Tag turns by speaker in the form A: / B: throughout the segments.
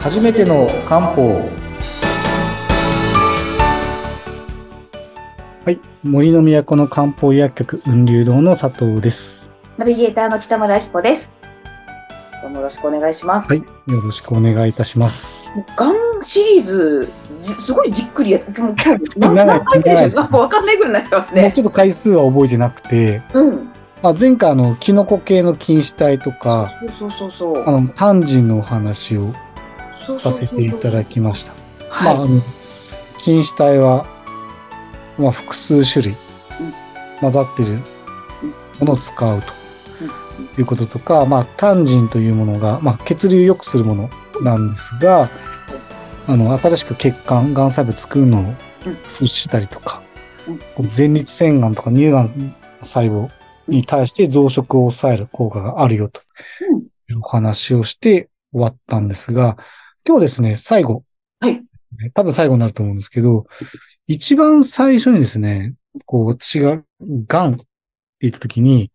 A: 初めての漢方はい森の都の漢方薬局雲流堂の佐藤です
B: ナビゲーターの北村彦です。どうもよろしくお願いします。
A: いよろしくお願いいたします
B: ガンシリーズ、じすごいじっくりやっもう今日何
A: 長い
B: 何回目で
A: 長
B: しょ
A: いうですね
B: なんかわかんないぐらいになってます
A: もう
B: ね。
A: ちょっと回数は覚えてなくて、
B: うん。
A: まあ、前回あのキノコ系の菌糸体とか
B: そうそうそうそう
A: あの丹人のお話を
B: そうそうそ
A: さ
B: う。
A: せていただきましたま
B: はい。
A: あ、あの、菌糸体は、まあ、複数種類
B: うん
A: 混ざってるものを使うと
B: うん
A: いうこととか、まあ、タジンというものが、まあ、血流を良くするものなんですが、あの、新しく血管、がん細胞作るのを阻止したりとか
B: うん、
A: こう前立腺がんとか乳がん細胞に対して増殖を抑える効果があるよと
B: うん
A: いうお話をして終わったんですが、今日ですね、最後、ね多分最後になると思うんですけど、一番最初にですね、こう、私が、ガンって言った時に、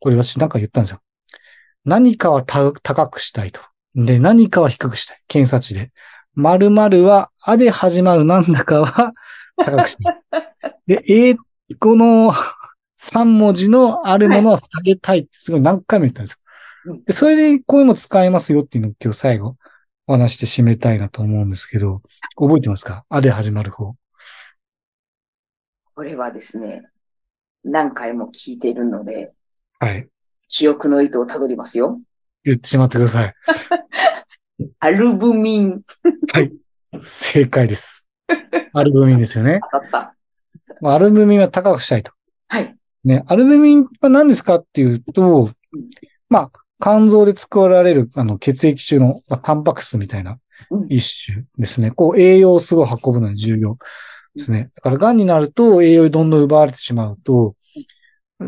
A: これ私なんか言ったんですよ。何かはた高くしたいと。で、何かは低くしたい。検査値で。〇〇は、あで始まるなんだかは高くしたい。で、英語の3文字のあるものは下げたいってすごい何回も言ったんです
B: う
A: よ
B: ん。
A: で、それで声も使えますよっていうのを今日最後お話して締めたいなと思うんですけど、覚えてますかあで始まる方。
B: これはですね、何回も聞いているので、
A: はい。
B: 記憶の糸をたどりますよ。
A: 言ってしまってください。
B: アルブミン。
A: 正解です。アルブミンですよね。
B: 当たった。
A: まあアルブミンは高くしたいと。
B: はい。
A: ね、アルブミンは何ですかっていうと
B: うん、
A: まあ、肝臓で作られる、あの、血液中の、まあ、タンパク質みたいな
B: うん
A: 一種ですね。こう、栄養をすごい運ぶのに重要ですね。だから、癌になると栄養をどんどん奪われてしまうと、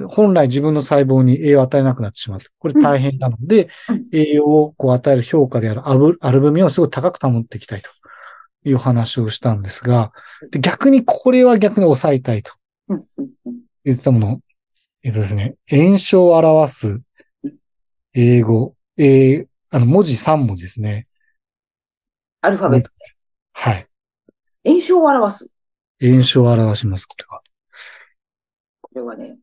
A: 本来自分の細胞に栄養を与えなくなってしまう。これ大変なので
B: うん、
A: 栄養をこう与える評価であるアブアルブミンをすごい高く保っていきたいという話をしたんですが、で逆にこれは逆に抑えたいと。
B: うんうんうん
A: 言ってたもの、えっとですね、炎症を表す英語、えーあの、文字3文字ですね。
B: アルファベット。
A: はい。
B: 炎症を表す。
A: 炎症を表します、これは。
B: これはね、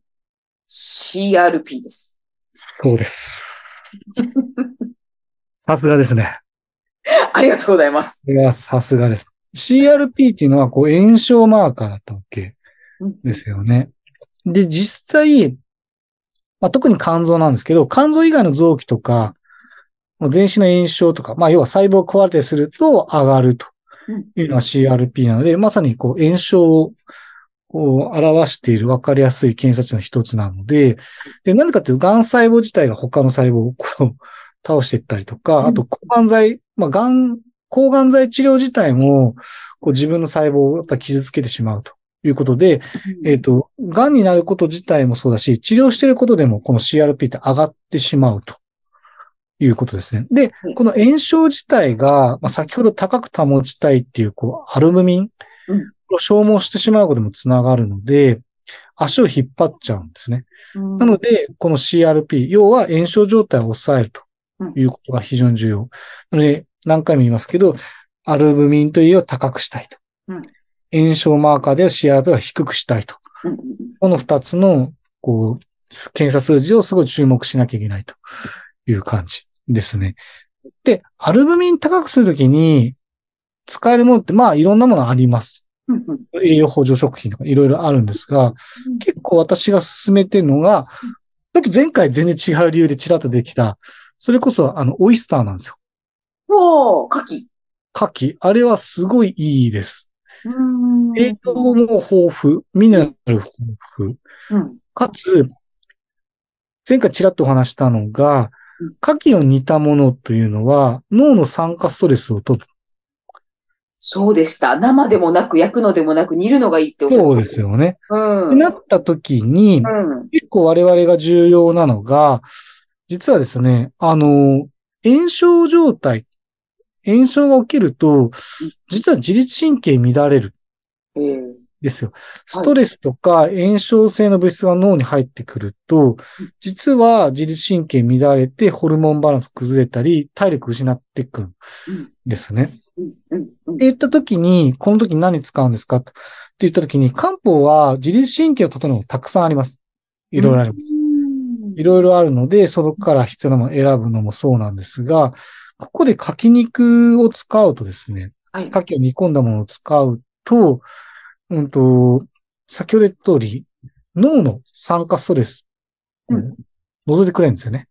B: CRP です。
A: そうです。さすがですね。
B: ありがとうございます。
A: いや、さすがです。CRP っていうのは、こう、炎症マーカーだったわけですよね。で、実際、まあ、特に肝臓なんですけど、肝臓以外の臓器とか、もう全身の炎症とか、まあ、要は細胞を壊れたりすると上がると
B: うん
A: いうのは CRP なので、まさにこう炎症をこう表している分かりやすい検査値の一つなので、で、何かというと、癌細胞自体が他の細胞をこう倒していったりと
B: うん
A: か、あと抗がん剤、まあ、癌、抗がん剤治療自体も、こう自分の細胞をやっぱり傷つけてしまうということで、えっ、と、癌になること自体もそうだし、治療してることでもこの CRP って上がってしまうということですね。で
B: うん、
A: この炎症自体が、まあ、先ほど高く保ちたいっていう、こう、アルブミン
B: うん
A: を消耗してしまうことにもつながるので、足を引っ張っちゃうんですね。
B: な
A: なので、この CRP、要は炎症状態を抑えるということが非常に重要。なので、何回も言いますけど、アルブミンというを高くしたいと
B: うん。
A: 炎症マーカーである CRP は低くしたいと。この二つの、こう、検査数字をすごい注目しなきゃいけないという感じですね。で、アルブミン高くするときに使えるものって、まあいろんなものあります。栄養補助食品とかいろいろあるんですが、結構私が勧めてるのが、ちょっと前回全然違う理由でちらっとできた、それこそあの、オイスターなんですよ。
B: おー、牡蠣。
A: 牡蠣。あれはすごいいいです。栄養
B: う
A: も豊富、ミネラル豊富、
B: ん
A: かつ、前回ちらっとお話したのが
B: うん、
A: 牡蠣を煮たものというのは、脳の酸化ストレスを取る。
B: そうでした。生でもなく、焼くのでもなく、煮るのがいいっておっしゃって
A: そうですよね。
B: う
A: って
B: ん。
A: なった時に、
B: うん。
A: 結構我々が重要なのが、実はですね、あの、炎症状態、炎症が起きると、実は自律神経乱れる。
B: えー
A: ですよ。ストレスとか炎症性の物質が脳に入ってくると、実は自律神経乱れてホルモンバランス崩れたり、体力失ってくるんですね。って言った時に、この時何使うんですかって言った時に、漢方は自律神経を整うのたくさんあります。いろいろあります。いろいろあるので、そこから必要なものを選ぶのもそうなんですが、ここで柿肉を使うとですね、はい、柿を煮込んだものを使うと、うんと、先ほど言った通り、脳の酸化ストレス、うん、覗いてくれるんですよね。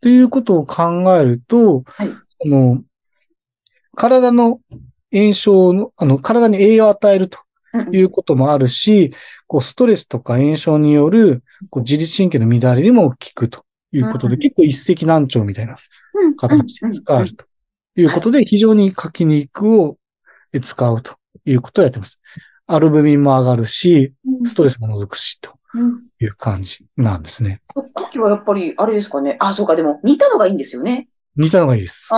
A: ということを考えると、はい、あの体の炎症の、あの、体に栄養を与えるということもあるし、こう、ストレスとか炎症による、こう、自律神経の乱れにも効くということで、結構一石何鳥みたいな形で使えるということで、非常に柿肉を使うということをやってます。アルブミンも上がるし、ストレスも除くし、という感じなんですね。
B: 柿、うん、はやっぱり、あれですかね。あ、そうか、でも、煮たのがいいんですよね。
A: 煮たのがいいです。
B: あ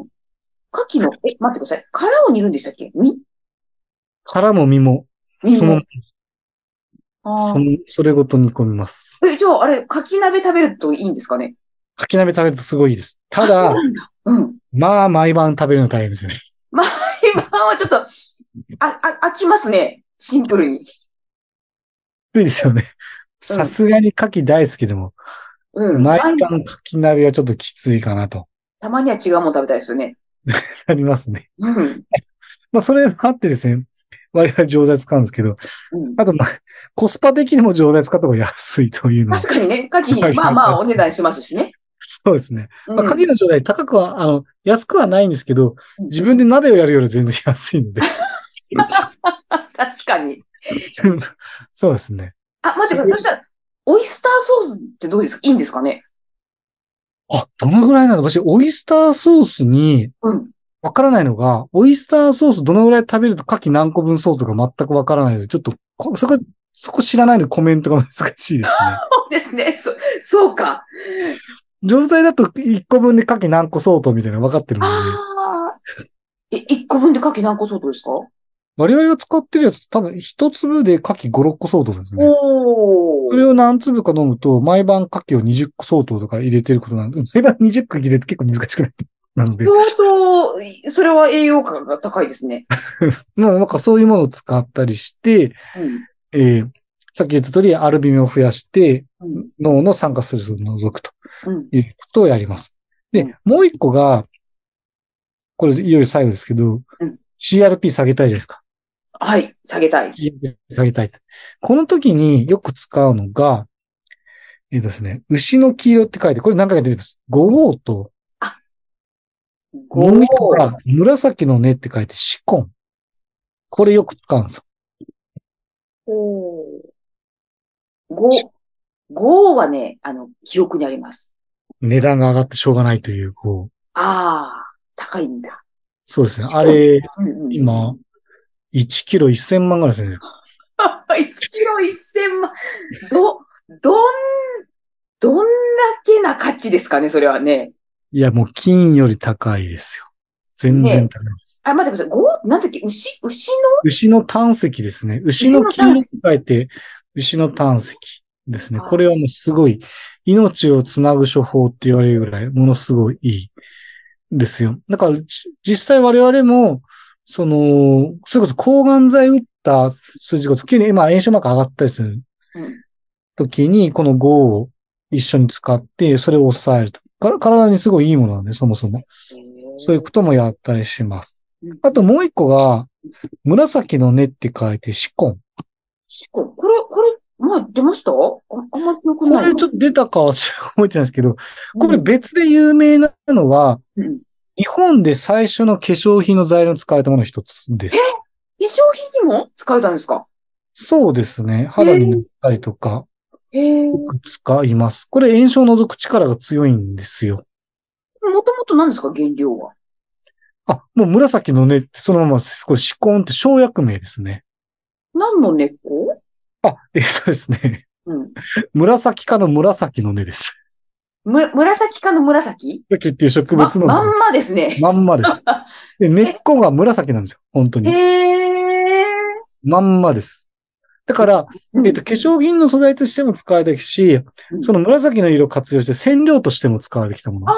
B: ー。牡蠣の、え、待ってください。殻を煮るんでしたっけ身
A: 殻も身も。その、その、それごと煮込みます。
B: え、じゃあ、あれ、牡蠣鍋食べるといいんですかね
A: 牡蠣鍋食べるとすごいいいです。ただ、うん、まあ、毎晩食べるの大変ですよね。
B: 毎晩はちょっと、あ、あ、飽きますね。シンプルに。
A: いいですよね。さすがに牡蠣大好きでも、うん、毎晩牡蠣鍋はちょっときついかなと。
B: たまには違うもん食べたいですよね。
A: ありますね。
B: うん。
A: まあ、それもあってですね、我々錠剤使うんですけど、うん、あと、まあ、コスパ的にも錠剤使った方が安いというの
B: 確かにね、カキ、まあまあお値段しますしね。
A: そうですね。まあ、カキの錠剤高くは、あの、安くはないんですけど、自分で鍋をやるより全然安いんで。
B: 確かに。
A: そうですね。
B: あ、待ってください。そしたら、オイスターソースってどうですかいいんですかね
A: あ、どのぐらいなの私、オイスターソースに、わからないのが、オイスターソースどのぐらい食べると牡蠣何個分そうとか全くわからないので、ちょっと、そこ、そこ知らないのでコメントが難しいですね。
B: そうですね。そ、そうか。
A: 錠剤だと1個分で牡蠣何個相当みたいなの分かってるもんね。
B: あえ、1個分で牡蠣何個相当ですか
A: 我々が使ってるやつ多分1粒で牡蠣5、6個相当ですね。
B: お
A: それを何粒か飲むと、毎晩牡蠣を20個相当とか入れてることなんで、毎晩20個入れて結構難しくない。なので。
B: 相当、それは栄養価が高いですね。
A: もうなんかそういうものを使ったりして、うん、えー、さっき言った通りアルビミを増やして、うん、脳の酸化ストレスを除くということをやります。うん、で、もう一個が、これいよいよ最後ですけど、CRP 下げたいじゃないですか。
B: はい、下げたい。
A: 下げたい。この時によく使うのが、えっ、ー、ですね、牛の黄色って書いて、これ何回か出てます。五号と、もう一個が紫の根って書いて、シコン。これよく使うんですよ。
B: 五、五はね、あの、記憶にあります。
A: 値段が上がってしょうがないという、こう。
B: ああ、高いんだ。
A: そうですね。あれ、うんうん、 今、1キロ1000万ぐらいするんですか
B: ?1 キロ1000万。ど、どん、どんだけな価値ですかね、それはね。
A: いや、もう金より高いですよ。全然高いです。
B: ね、あ、待ってください。ごなんだっけ牛牛の
A: 牛の胆石ですね。牛の金って書いて、牛の胆石ですね。これはもうすごい、命をつなぐ処方って言われるぐらい、ものすごいいいですよ。だから、実際我々も、その、それこそ抗がん剤打った数字が急に、まあ炎症膜上がったりする時に、この5を一緒に使って、それを抑えると。体にすごいいいものなんで、そもそも。そういうこともやったりします。あともう一個が、紫の根って書いて、シコン。。
B: シコンこれ、これ、まあ出ましたああんまりよくない
A: これちょっと出たかは覚えてないですけど、これ別で有名なのは、うんうん日本で最初の化粧品の材料に使われたもの一つです。え化
B: 粧品にも使えたんですか
A: そうですね。肌に塗ったりとか、よく使います。これ炎症を除く力が強いんですよ。
B: もともと何ですか原料は。
A: あ、もう紫の根ってそのままです。これシコンって生薬名ですね。
B: 何の根っこ
A: あ、えっとですね。うん、紫科の紫の根です。
B: む、紫かの紫
A: 紫っていう植
B: ま
A: 物の
B: まんまですね。
A: まんまです。で、根っこが紫なんですよ。本当に。
B: へえ。
A: まんまです。だから、えっと、化粧品の素材としても使われてきし
B: う、ん
A: その紫の色を活用して染料としても使われてきたも
B: あ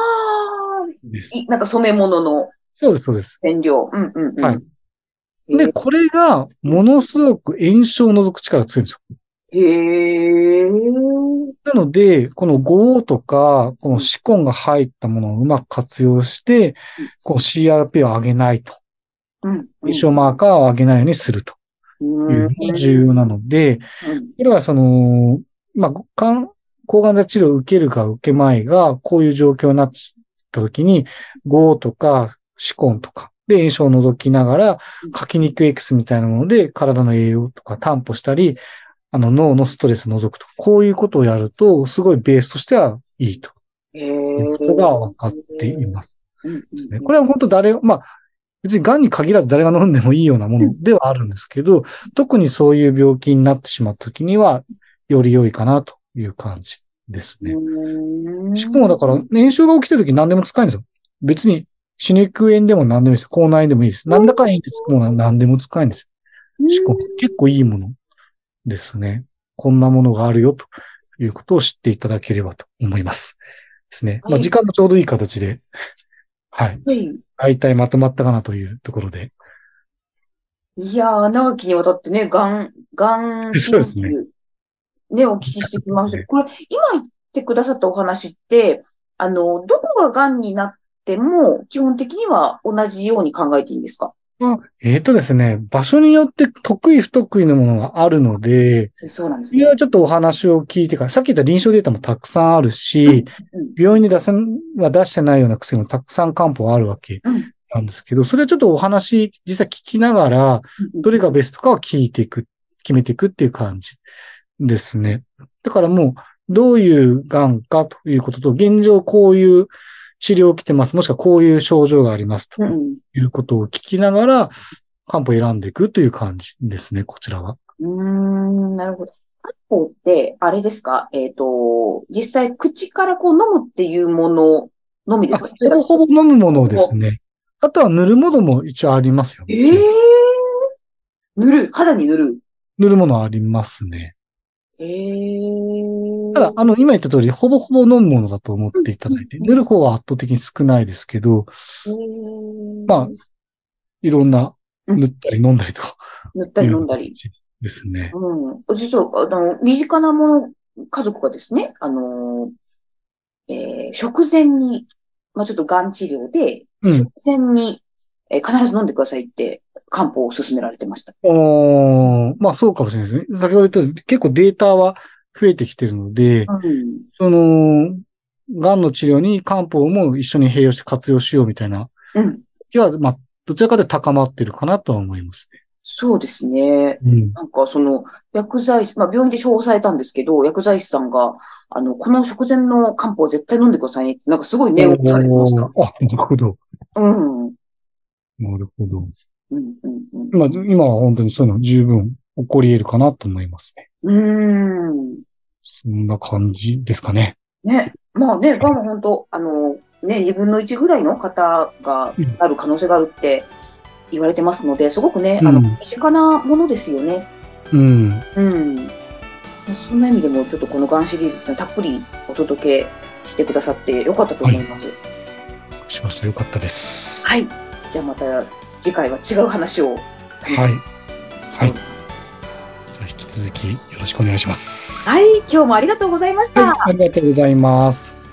A: の
B: あ
A: です
B: ー、。いなんか染め物の
A: そうです、そうです。
B: 染料。うんうんうん。
A: はい
B: へー
A: で、これが、ものすごく炎症を除く力が強いんですよ。
B: へえ。
A: なので、このゴーとか、このシコンが入ったものをうまく活用して
B: うん、
A: こう CRP を上げないと。
B: うん。
A: 炎症マーカーを上げないようにすると
B: うん
A: いうのが重要なので、
B: うん
A: これはその、まあ、がん抗がん剤治療を受けるか受けまいが、こういう状況になった時に、ゴーとか、シコンとか、で、炎症を除きながら
B: うん、
A: 書きにくいエキスみたいなもので、体の栄養とか担保したり、あの、脳のストレスを除くとか、こういうことをやると、すごいベースとしてはいいと
B: へ
A: いうこ
B: え。
A: とが分かっています。
B: うんうん
A: ねこれは本当誰、まあ、別に癌に限らず誰が飲んでもいいようなものではあるんですけど、特にそういう病気になってしまった時には、より良いかなという感じですね。
B: うん
A: しかもだから、炎症が起きた時何でも使えるんですよ。別に、歯肉炎でも何でもいいです。口内炎でもいいです。何らか炎ってつくものは何でも使えるんですよ。しかも結構いいものですね。こんなものがあるよということを知っていただければと思います。ですね。ま
B: は
A: あ
B: い
A: 時間もちょうどいい形で、はい。
B: はい。
A: 大体まとまったかなというところで。
B: いやー、長きにわたってね、がん、が ん
A: そうですね
B: 手術ね、お聞きしてきま
A: そうです
B: す。
A: ね
B: これ、今言ってくださったお話って、あの、どこががんになっても、基本的には同じように考えていいんですか
A: えっ、とですね、場所によって得意不得意なものがあるので、
B: そうなんです
A: それ
B: ね。
A: はちょっとお話を聞いてから、さっき言った臨床データもたくさんあるし、
B: うん
A: 病院に出せん、は出してないような薬もたくさん漢方あるわけ
B: うん
A: なんですけど、それはちょっとお話、実際聞きながら、どれがベストかを聞いていく、決めていくっていう感じですね。だからもう、どういう癌かということと、現状こういう治療を来てます。もしくはこういう症状がありますと
B: うんうん
A: いうことを聞きながら、漢方を選んでいくという感じですね、こちらは。
B: うーん、なるほど。漢方って、あれですかえっと、実際、口からこう飲むっていうもののみで
A: あ
B: すか
A: ほぼほぼ飲むものですね。あとは塗るものも一応ありますよ、
B: ええー、塗る、肌に塗る。
A: 塗るものはありますね。
B: ええ
A: ただ、あの、今言った通り、ほぼほぼ飲むものだと思っていただいて、
B: うん
A: 塗る方は圧倒的に少ないですけど、まあ
B: ま
A: いろんな、
B: うん
A: 塗ったり飲んだりとか。
B: あ、塗ったり飲んだり。。
A: ですね。
B: うん。実は、あの、身近なもの、家族がですね、あの、えー食前に、まあちょっとがん治療で、
A: うん。
B: 食前に、えー必ず飲んでくださいって、漢方を勧められてました。
A: おーまあそうかもしれないですね。先ほど言ったように結構データは増えてきてるので、
B: うん。
A: その、癌の治療に漢方も一緒に併用して活用しようみたいな
B: うん。
A: 気は、まあ、どちらかで高まってるかなとは思います
B: そうですね。
A: ね。うん。
B: なんかその薬剤師、まあ病院で処方されたんですけど、薬剤師さんが、あの、この食前の漢方を絶対飲んでくださいねって、なんかすごい念を打たれてました。
A: おーあ、なるほど。
B: うん。うん、
A: なるほど。
B: うん、うん。
A: まあ、今は本当にそういうの十分起こり得るかなと思いますね。
B: うーん。
A: そんな感じですかね。
B: ね。まあね、がんは本当、あの、ね、2分の1ぐらいの方が
A: うん
B: なる可能性があるって言われてますので、すごくね、あの、
A: うん
B: 身近なものですよね。
A: うん。
B: うん。そんな意味でも、ちょっとこのがんシリーズってたっぷりお届けしてくださってよかったと思います。
A: しました。よかったです。
B: はい。じゃあまた次回は違う話を楽し
A: はい。
B: みにしております。
A: じゃあ引き続きよろしくお願いします。
B: はい。今日もありがとうございました。
A: はい、ありがとうございます。